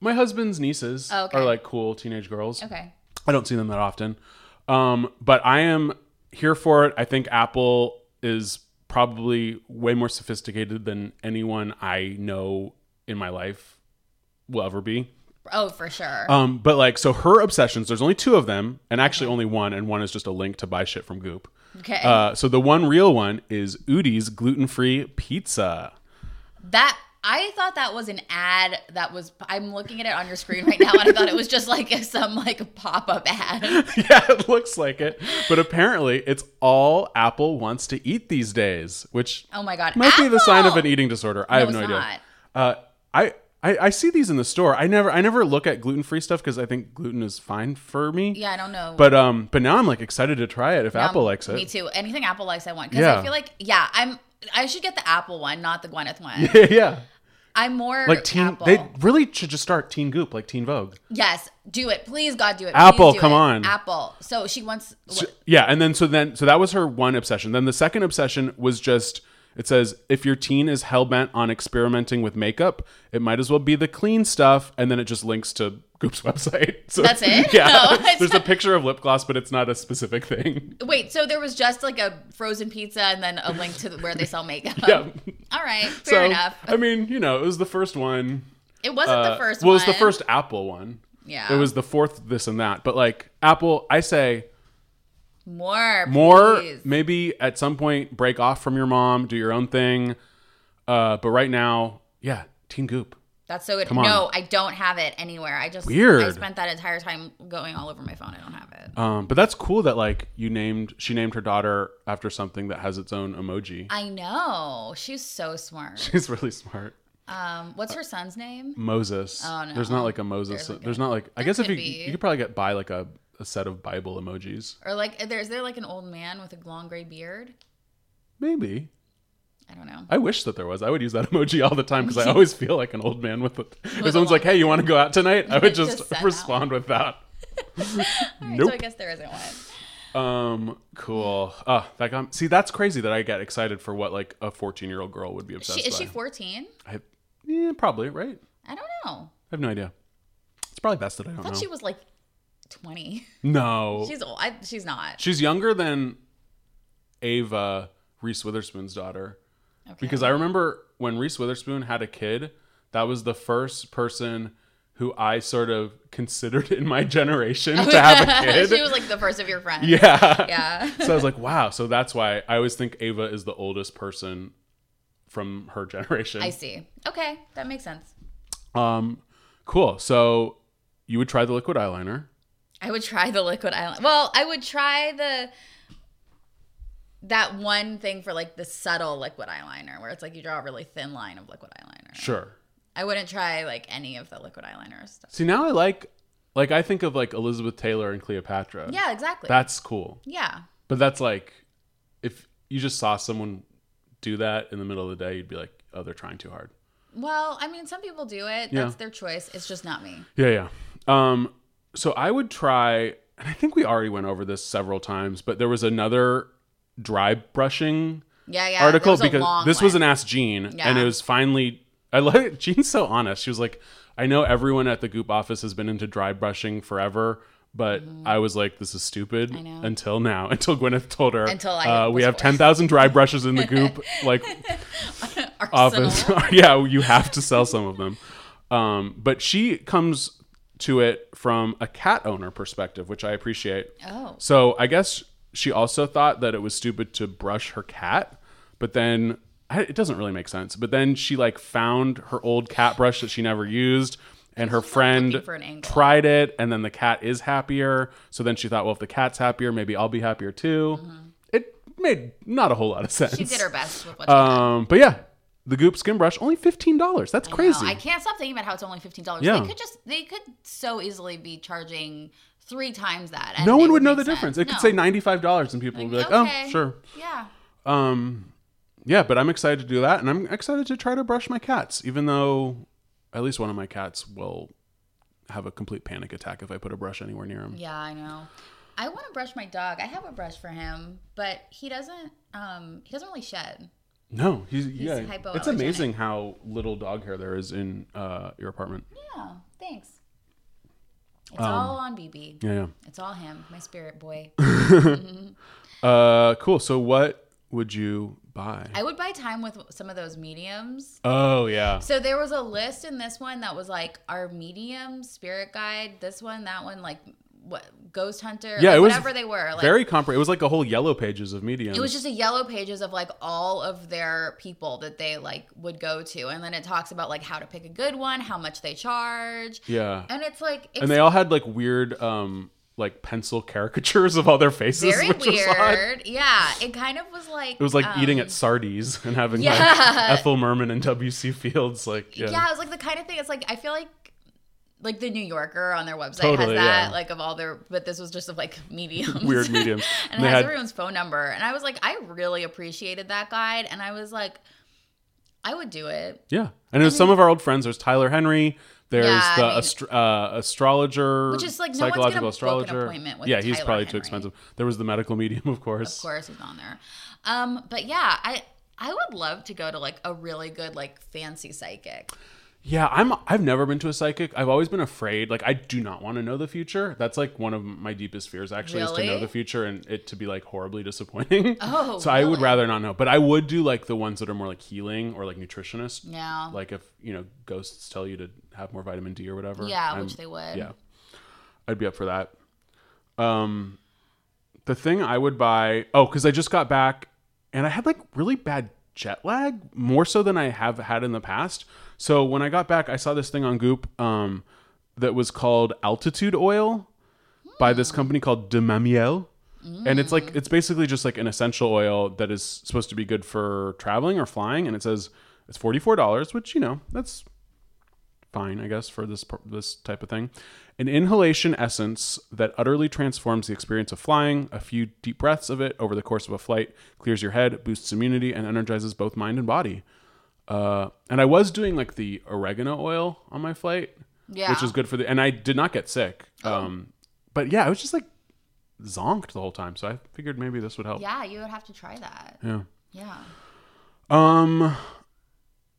Speaker 2: my husband's nieces
Speaker 3: Oh, okay.
Speaker 2: are like cool teenage girls.
Speaker 3: Okay.
Speaker 2: I don't see them that often. Um, but I am here for it. I think Apple is probably way more sophisticated than anyone I know in my life will ever be.
Speaker 3: Oh, for sure.
Speaker 2: Um, but like, so her obsessions, there's only two of them, and actually only one, and one is just a link to buy shit from Goop.
Speaker 3: okay.
Speaker 2: Uh, so the one real one is Udi's gluten free pizza.
Speaker 3: that I thought that was an ad that was. I'm looking at it on your screen right now, and I thought it was just like some like pop up ad.
Speaker 2: yeah, it looks like it. But apparently, it's all Apple wants to eat these days, which
Speaker 3: Oh my god!
Speaker 2: might be the sign of
Speaker 3: Apple!
Speaker 2: an eating disorder. I have
Speaker 3: it's
Speaker 2: no idea.
Speaker 3: not.
Speaker 2: Uh, I, I I see these in the store. I never I never look at gluten free stuff because I think gluten is fine for me.
Speaker 3: Yeah, I don't know.
Speaker 2: But um, but now I'm like excited to try it if Apple
Speaker 3: Um,
Speaker 2: likes it.
Speaker 3: Me too. Anything Apple likes, I want because
Speaker 2: Yeah.
Speaker 3: I feel like yeah, I'm. I should get the Apple one, not the Gwyneth one.
Speaker 2: yeah,
Speaker 3: I'm more
Speaker 2: like Teen.
Speaker 3: Apple.
Speaker 2: They really should just start Teen Goop, like Teen Vogue.
Speaker 3: yes, do it, please, God, do it. Please
Speaker 2: Apple,
Speaker 3: do
Speaker 2: come
Speaker 3: it.
Speaker 2: on.
Speaker 3: Apple. So she wants.
Speaker 2: So- yeah, and then so then so that was her one obsession. Then the second obsession was just it says if your teen is hell bent on experimenting with makeup, it might as well be the clean stuff, and then it just links to Goop's website. So,
Speaker 3: That's it?
Speaker 2: Yeah,
Speaker 3: No, it's
Speaker 2: there's a picture of lip gloss, but it's not a specific thing.
Speaker 3: wait, so there was just like a frozen pizza and then a link to the, where they sell makeup.
Speaker 2: Yeah,
Speaker 3: All right, fair
Speaker 2: so
Speaker 3: enough.
Speaker 2: I mean, you know, it was the first one.
Speaker 3: It wasn't
Speaker 2: Uh,
Speaker 3: the first.
Speaker 2: well,
Speaker 3: one.
Speaker 2: it was the first Apple one.
Speaker 3: Yeah.
Speaker 2: it was the fourth this and that. But like Apple, I say
Speaker 3: More.
Speaker 2: more
Speaker 3: please.
Speaker 2: maybe at some point break off from your mom do your own thing uh but right now yeah team goop
Speaker 3: That's so good.
Speaker 2: Come on.
Speaker 3: No, I don't have it anywhere. I just I
Speaker 2: Weird.
Speaker 3: spent that entire time going all over my phone. I don't have it.
Speaker 2: Um, but that's cool that like you named she named her daughter after something that has its own emoji.
Speaker 3: I know. She's so smart.
Speaker 2: She's really smart.
Speaker 3: Um, what's her son's name?
Speaker 2: Moses.
Speaker 3: Oh, no.
Speaker 2: There's not like a Moses.
Speaker 3: There's,
Speaker 2: There's,
Speaker 3: like,
Speaker 2: not like I guess if
Speaker 3: could
Speaker 2: you
Speaker 3: be.
Speaker 2: you could probably get buy like a, a set of Bible emojis.
Speaker 3: Or like, there's there like an old man with a long gray beard?
Speaker 2: Maybe.
Speaker 3: I don't know.
Speaker 2: I wish that there was. I would use that emoji all the time because I always feel like an old man with. A, if someone's
Speaker 3: long-
Speaker 2: like, "Hey, you want to go out tonight?" I would
Speaker 3: Just
Speaker 2: just,
Speaker 3: send out.
Speaker 2: respond with that.
Speaker 3: All right, So I
Speaker 2: nope.
Speaker 3: guess there isn't one.
Speaker 2: Um. Cool. Ah, that got. See, that's crazy that I get excited for what like a 14 year old girl would be obsessed
Speaker 3: She, is
Speaker 2: by.
Speaker 3: she 14?
Speaker 2: I, yeah, probably right.
Speaker 3: I don't know.
Speaker 2: I have no idea. It's probably best that I don't
Speaker 3: I thought
Speaker 2: know.
Speaker 3: she was like 20.
Speaker 2: no, she's,
Speaker 3: She's old. I, she's not.
Speaker 2: younger than Ava Reese Witherspoon's daughter
Speaker 3: Okay.
Speaker 2: because I remember when Reese Witherspoon had a kid, that was the first person who I sort of considered in my generation to have a kid.
Speaker 3: Oh, she was like the first of your friends.
Speaker 2: yeah.
Speaker 3: Yeah.
Speaker 2: So I was like, wow. So that's why I always think Ava is the oldest person from her generation.
Speaker 3: I see. Okay. That makes sense.
Speaker 2: Um, cool. So you would try the liquid eyeliner.
Speaker 3: I would try the liquid eyeliner. Well, I would try the that one thing for like the subtle liquid eyeliner where it's like you draw a really thin line of liquid eyeliner.
Speaker 2: Sure.
Speaker 3: I wouldn't try like any of the liquid eyeliner stuff.
Speaker 2: See, now I like, like I think of like Elizabeth Taylor and Cleopatra.
Speaker 3: Yeah, exactly.
Speaker 2: That's cool.
Speaker 3: yeah.
Speaker 2: But that's like, if you just saw someone do that in the middle of the day, you'd be like, oh, they're trying too hard.
Speaker 3: Well, I mean, some people do it.
Speaker 2: Yeah.
Speaker 3: That's their choice. It's just not me.
Speaker 2: Yeah, yeah. Um, so I would try, and I think we already went over this several times, but there was another dry brushing
Speaker 3: Yeah, yeah. there
Speaker 2: article
Speaker 3: was a
Speaker 2: because
Speaker 3: long
Speaker 2: this was an
Speaker 3: one.
Speaker 2: Ask Jean, and
Speaker 3: Yeah.
Speaker 2: it was finally. I love it. Jean's so honest. She was like, "I know everyone at the Goop office has been into dry brushing forever." But I was like, "This is stupid."
Speaker 3: Mm-hmm. I know.
Speaker 2: Until now, until Gwyneth told her,
Speaker 3: Until I
Speaker 2: uh, we
Speaker 3: was
Speaker 2: have
Speaker 3: forced.
Speaker 2: ten thousand dry brushes in the Goop like
Speaker 3: Arsenal.
Speaker 2: office. yeah, you have to sell some of them. Um, but she comes to it from a cat owner perspective, which I appreciate.
Speaker 3: Oh.
Speaker 2: So I guess she also thought that it was stupid to brush her cat, but then I, it doesn't really make sense. But then she like found her old cat brush that she never used, and her friend
Speaker 3: looking for an angle.
Speaker 2: tried it, and then the cat is happier. So then she thought, well, if the cat's happier, maybe I'll be happier too. It made not a whole lot of sense.
Speaker 3: Mm-hmm. She did her best with what she had.
Speaker 2: Um, but yeah, the Goop skin brush only fifteen dollars. That's crazy.
Speaker 3: No, I can't stop thinking about how it's only fifteen dollars.
Speaker 2: Yeah.
Speaker 3: They could just they could so easily be charging three times that. and
Speaker 2: no
Speaker 3: it
Speaker 2: one would know the
Speaker 3: make sense.
Speaker 2: difference. It could
Speaker 3: No.
Speaker 2: say ninety five dollars, and people would be like,
Speaker 3: Okay.
Speaker 2: "Oh, sure."
Speaker 3: Yeah.
Speaker 2: Um, yeah, but I'm excited to do that, and I'm excited to try to brush my cats, even though at least one of my cats will have a complete panic attack if I put a brush anywhere near him.
Speaker 3: Yeah, I know. I want to brush my dog. I have a brush for him, but he doesn't. Um, he doesn't really shed.
Speaker 2: No, he's, yeah.
Speaker 3: hypoallergenic.
Speaker 2: It's amazing how little dog hair there is in uh, your apartment.
Speaker 3: Yeah. Thanks. It's all on BB.
Speaker 2: Um, Yeah, yeah.
Speaker 3: It's all him, my spirit boy.
Speaker 2: Uh, cool. So, what would you buy?
Speaker 3: I would buy time with some of those mediums.
Speaker 2: oh yeah.
Speaker 3: So there was a list in this one that was like our medium, spirit guide, this one, that one, like what ghost hunter,
Speaker 2: Yeah,
Speaker 3: like,
Speaker 2: it was
Speaker 3: whatever they were. Like
Speaker 2: Very compre. It was like a whole yellow pages of mediums.
Speaker 3: it was just a yellow pages of like all of their people that they like would go to and then it talks about like how to pick a good one how much they charge
Speaker 2: yeah,
Speaker 3: and it's like it's
Speaker 2: and they all had like weird, um, like pencil caricatures of all their faces.
Speaker 3: very
Speaker 2: which was odd.
Speaker 3: weird yeah it kind of was like
Speaker 2: It was like eating
Speaker 3: um,
Speaker 2: at Sardi's and having
Speaker 3: yeah.
Speaker 2: like Ethel Merman and W.C. Fields. Like, yeah.
Speaker 3: yeah. it was like the kind of thing it's like i feel like like the new yorker on their website
Speaker 2: Totally,
Speaker 3: has that
Speaker 2: yeah.
Speaker 3: like of all their but this was just of like mediums
Speaker 2: Weird mediums.
Speaker 3: and
Speaker 2: And they
Speaker 3: it has
Speaker 2: had-
Speaker 3: everyone's phone number and i was like i really appreciated that guide and i was like i would do it
Speaker 2: Yeah. And it was some of our old friends. There's Tyler Henry. There's
Speaker 3: Yeah, I
Speaker 2: the
Speaker 3: mean-
Speaker 2: astro- uh, astrologer,
Speaker 3: Which is, like, no one's
Speaker 2: psychological
Speaker 3: gonna book an
Speaker 2: astrologer.
Speaker 3: appointment with
Speaker 2: yeah, he's
Speaker 3: Tyler
Speaker 2: probably
Speaker 3: Henry.
Speaker 2: too expensive. There was the medical medium, of course.
Speaker 3: of course he's on there um but yeah i i would love to go to like a really good like fancy psychic
Speaker 2: Yeah, I'm I've never been to a psychic. I've always been afraid. Like I do not want to know the future. That's like one of my deepest fears actually is to
Speaker 3: Really?
Speaker 2: know the future and it to be like horribly disappointing.
Speaker 3: Oh,
Speaker 2: so I would
Speaker 3: really?
Speaker 2: rather not know. But I would do like the ones that are more like healing or like nutritionist.
Speaker 3: yeah
Speaker 2: Like if, you know, ghosts tell you to have more vitamin D or whatever.
Speaker 3: yeah
Speaker 2: I'm-
Speaker 3: which they would
Speaker 2: Yeah. I'd be up for that. Um the thing I would buy, oh, cuz I just got back and I had like really bad jet lag more so than I have had in the past. So when I got back, I saw this thing on Goop um, that was called Altitude Oil by this
Speaker 3: Hmm.
Speaker 2: company called De Mamiel. And it's like it's basically just like an essential oil that is supposed to be good for traveling or flying, and it says it's forty four dollars, which you know that's fine, I guess, for this pr- this type of thing. An inhalation essence that utterly transforms the experience of flying. A few deep breaths of it over the course of a flight clears your head, boosts immunity, and energizes both mind and body. Uh, and I was doing like the oregano oil on my flight,
Speaker 3: Yeah. Oh.
Speaker 2: which was good for the. And I did not get sick. Um, but yeah, I was just like zonked the whole time, so I figured maybe this would help.
Speaker 3: Yeah, you would have to try that.
Speaker 2: Yeah.
Speaker 3: Yeah.
Speaker 2: Um.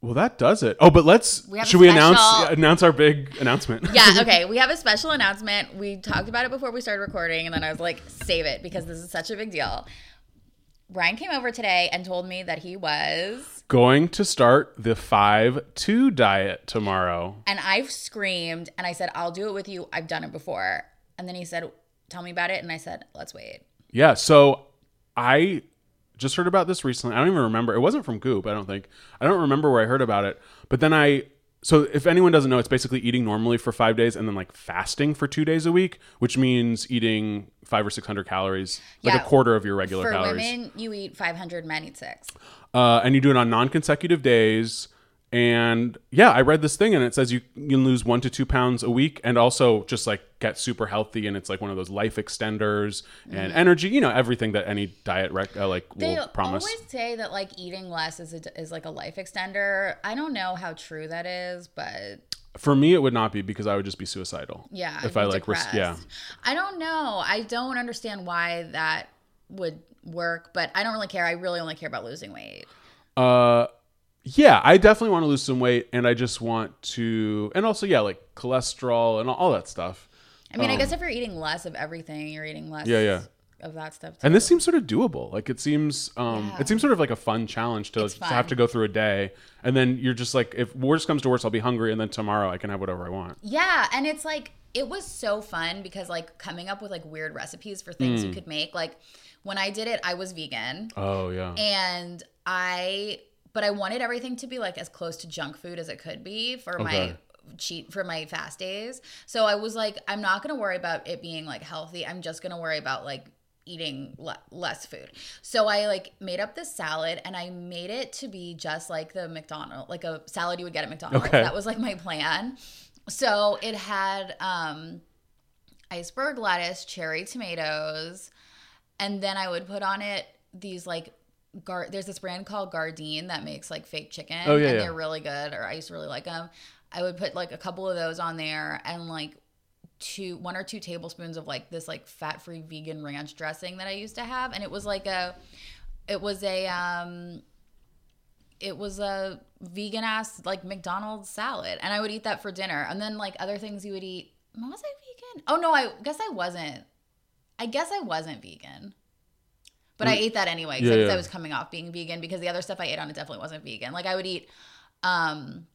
Speaker 2: Well, that does it. Oh, but let's
Speaker 3: We have a
Speaker 2: should we announce
Speaker 3: special-
Speaker 2: announce our big announcement?
Speaker 3: Yeah, okay. We have a special announcement. We talked about it before we started recording, and then I was like, save it because this is such a big deal. Brian came over today and told me that he was,
Speaker 2: going to start the 5 2 diet tomorrow.
Speaker 3: and I screamed and I said, I'll do it with you. I've done it before. And then he said, Tell me about it. And I said, Let's wait.
Speaker 2: Yeah, so I just heard about this recently. I don't even remember. It wasn't from Goop, I don't think. I don't remember where I heard about it. But then I so if anyone doesn't know, it's basically eating normally for 5 days and then like fasting for 2 days a week, which means eating 5 or 600 calories, like
Speaker 3: Yeah.
Speaker 2: a quarter of your regular
Speaker 3: For
Speaker 2: calories.
Speaker 3: women, you eat 500, men eat six.
Speaker 2: uh, and you do it on non-consecutive days. And yeah, I read this thing and it says you you can lose one to two pounds a week, and also just like get super healthy. And it's like one of those life extenders and energy, you know, everything that any diet rec uh, like will
Speaker 3: Mm. They
Speaker 2: promise.
Speaker 3: always say that like eating less is a, is like a life extender. I don't know how true that is, but
Speaker 2: For me, it would not be because I would just be suicidal.
Speaker 3: Yeah.
Speaker 2: if
Speaker 3: I'd
Speaker 2: I
Speaker 3: be
Speaker 2: like, res- yeah,
Speaker 3: depressed. I don't know. I don't understand why that would work, but I don't really care. I really only care about losing weight.
Speaker 2: Uh, yeah, I definitely want to lose some weight, and I just want to, and also yeah, like cholesterol and all, all that stuff.
Speaker 3: I mean, I guess if you're eating less of everything, you're eating less
Speaker 2: Oh. Yeah, yeah.
Speaker 3: of that stuff. Too.
Speaker 2: And this seems sort of doable. Like it seems, um, it seems sort of like a fun challenge to, to
Speaker 3: fun.
Speaker 2: have to go through a day, and then you're just like, if worst comes to worst, I'll be hungry, and then tomorrow I can have whatever I want.
Speaker 3: Yeah, and it's like it was so fun because like coming up with like weird recipes for things
Speaker 2: Mm.
Speaker 3: you could make. Like when I did it, I was vegan.
Speaker 2: Oh yeah,
Speaker 3: and I but I wanted everything to be like as close to junk food as it could be for my
Speaker 2: Okay.
Speaker 3: cheat for my fast days. So I was like I'm not going to worry about it being like healthy. I'm just going to worry about like eating le- less food. So I like made up this salad and I made it to be just like the McDonald like a salad you would get at McDonald's.
Speaker 2: Okay.
Speaker 3: That was like my plan. So it had um iceberg lettuce, cherry tomatoes, and then I would put on it these like gar. There's this brand called Gardein that makes like fake chicken.
Speaker 2: Oh, yeah,
Speaker 3: and
Speaker 2: yeah.
Speaker 3: they're really good. Or I used to really like them. I would put like a couple of those on there and like two, one or two tablespoons of like this like fat-free vegan ranch dressing that I used to have, and it was like a, it was a um. It was a vegan ass like McDonald's salad, and I would eat that for dinner. And then like other things you would eat. Was I vegan? Oh no, I guess I wasn't. I guess I wasn't vegan. But I ate that anyway because
Speaker 2: Mm. Yeah,
Speaker 3: I, guess
Speaker 2: yeah.
Speaker 3: I was coming off being vegan because the other stuff I ate on it definitely wasn't vegan. Like I would eat um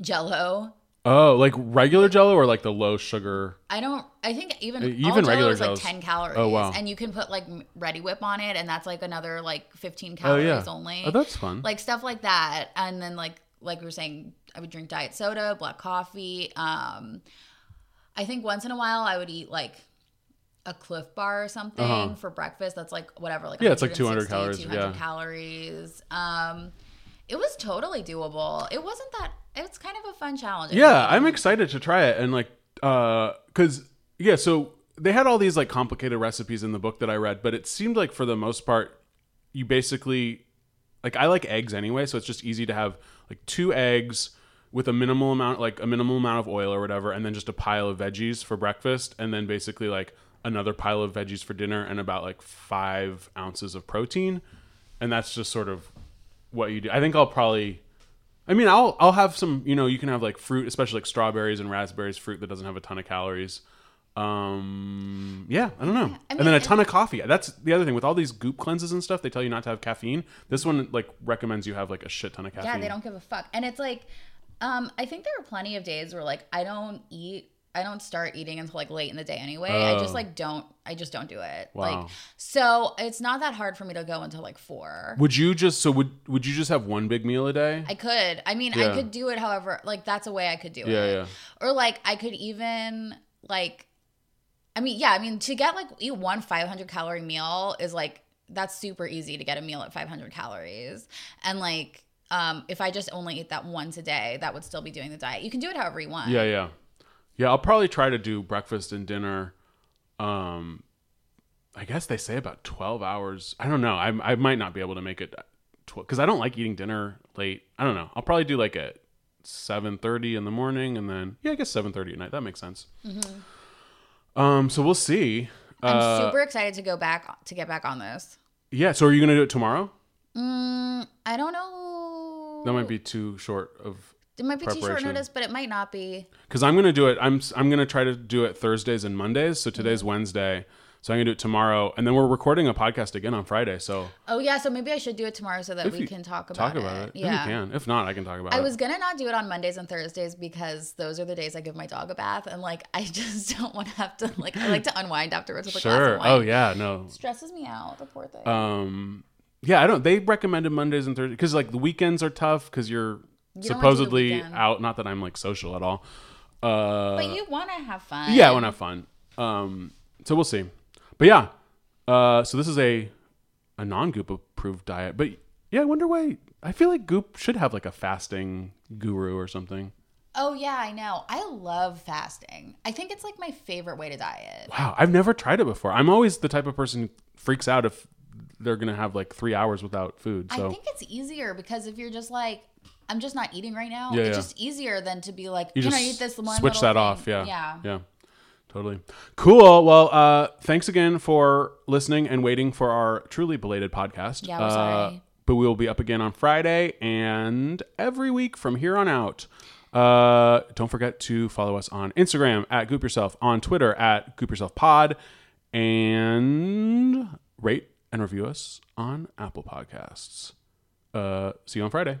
Speaker 3: jello.
Speaker 2: oh like regular Jello or like the low sugar.
Speaker 3: I don't I think even
Speaker 2: Uh,
Speaker 3: even
Speaker 2: even
Speaker 3: regular
Speaker 2: regular
Speaker 3: is like
Speaker 2: Jellos.
Speaker 3: 10 calories
Speaker 2: Oh, wow.
Speaker 3: and you can put like m- ready whip on it and that's like another like 15
Speaker 2: Oh
Speaker 3: calories
Speaker 2: yeah,
Speaker 3: only.
Speaker 2: Oh, that's fun.
Speaker 3: like stuff like that and then like like we were saying i would drink diet soda black coffee um i think once in a while i would eat like a cliff bar or something
Speaker 2: Uh-huh.
Speaker 3: for breakfast that's like whatever like
Speaker 2: Yeah, it's like 200
Speaker 3: 160,
Speaker 2: calories,
Speaker 3: 200
Speaker 2: yeah.
Speaker 3: calories um it was totally doable it wasn't that it's kind of a fun challenge I
Speaker 2: Yeah,
Speaker 3: think.
Speaker 2: I'm excited to try it and like uh cuz yeah, so they had all these like complicated recipes in the book that I read, but it seemed like for the most part you basically like I like eggs anyway, so it's just easy to have like two eggs with a minimal amount like a minimal amount of oil or whatever and then just a pile of veggies for breakfast and then basically like another pile of veggies for dinner and about like 5 ounces of protein and that's just sort of what you do. I think I'll probably I mean, I'll I'll have some. You know, you can have like fruit, especially like strawberries and raspberries, fruit that doesn't have a ton of calories. Um, yeah, I don't know. and then a ton of coffee. That's the other thing with all these goop cleanses and stuff. They tell you not to have caffeine. This one like recommends you have like a shit ton of caffeine.
Speaker 3: Yeah, they don't give a fuck. And it's like, um, I think there are plenty of days where like I don't eat I don't start eating until like late in the day anyway. I
Speaker 2: Oh.
Speaker 3: just like don't I just don't do it.
Speaker 2: Wow.
Speaker 3: Like so it's not that hard for me to go until like 4.
Speaker 2: Would you just so would would you just have one big meal a day?
Speaker 3: I could. I mean,
Speaker 2: Yeah.
Speaker 3: I could do it however, like that's a way I could do
Speaker 2: yeah,
Speaker 3: it.
Speaker 2: yeah.
Speaker 3: Or like I could even like I mean, yeah, I mean to get like eat one 500 calorie meal is like that's super easy to get a meal at 500 calories. And like um if I just only eat that once a day, that would still be doing the diet. You can do it however you want.
Speaker 2: Yeah, yeah. Yeah, I'll probably try to do breakfast and dinner. Um I guess they say about 12 hours. I don't know. I I might not be able to make it 12 cuz I don't like eating dinner late. I don't know. I'll probably do like at 7:30 in the morning and then yeah, I guess 7:30 at night. That makes sense. Um so we'll see.
Speaker 3: I'm
Speaker 2: Uh,
Speaker 3: super excited to go back to get back on this.
Speaker 2: yeah, so are you going to do it tomorrow?
Speaker 3: Mm, I don't know.
Speaker 2: That might be too short of
Speaker 3: It might be too short
Speaker 2: preparation.
Speaker 3: notice, but it might not be.
Speaker 2: because I'm gonna do it. I'm I'm gonna try to do it Thursdays and Mondays. So today's
Speaker 3: Mm-hmm.
Speaker 2: Wednesday. So I'm gonna do it tomorrow, and then we're recording a podcast again on Friday. So
Speaker 3: Oh yeah, so maybe I should do it tomorrow so that
Speaker 2: if
Speaker 3: we
Speaker 2: you
Speaker 3: can talk about
Speaker 2: talk
Speaker 3: it.
Speaker 2: about it, yeah,
Speaker 3: Yeah.
Speaker 2: you can. If not, I can talk about
Speaker 3: I
Speaker 2: it.
Speaker 3: was gonna not do it on Mondays and Thursdays because those are the days I give my dog a bath, and like I just don't want to have to like I like to unwind afterwards with a glass of
Speaker 2: sure.
Speaker 3: wine.
Speaker 2: Oh yeah, no.
Speaker 3: stresses me out. The poor thing.
Speaker 2: Um, yeah, I don't. They recommended Mondays and Thursdays because like the weekends are tough because you're
Speaker 3: You don't wanna do the
Speaker 2: supposedly
Speaker 3: weekend.
Speaker 2: out. Not that I'm like social at all. Uh,
Speaker 3: but you want to have fun.
Speaker 2: yeah, I want to have fun. Um, so we'll see. But yeah, uh, so this is a a non Goop approved diet. But yeah, I wonder why. I feel like Goop should have like a fasting guru or something.
Speaker 3: Oh yeah, I know. I love fasting. I think it's like my favorite way to diet.
Speaker 2: Wow, I've never tried it before. I'm always the type of person who freaks out if they're gonna have like three hours without food. So
Speaker 3: I think it's easier because if you're just like, I'm just not eating right now,
Speaker 2: Yeah,
Speaker 3: it's
Speaker 2: yeah.
Speaker 3: just easier than to be like,
Speaker 2: you
Speaker 3: can
Speaker 2: just
Speaker 3: I eat this one?
Speaker 2: switch
Speaker 3: little
Speaker 2: that
Speaker 3: thing?"
Speaker 2: off. Yeah,
Speaker 3: Yeah.
Speaker 2: yeah, totally. Cool. Well, uh, thanks again for listening and waiting for our truly belated podcast.
Speaker 3: Yeah, we're
Speaker 2: Uh,
Speaker 3: sorry.
Speaker 2: but we will be up again on Friday and every week from here on out. Uh, don't forget to follow us on Instagram at Goop Yourself, on Twitter at Goop Yourself Pod, and rate and review us on Apple Podcasts. Uh, see you on Friday.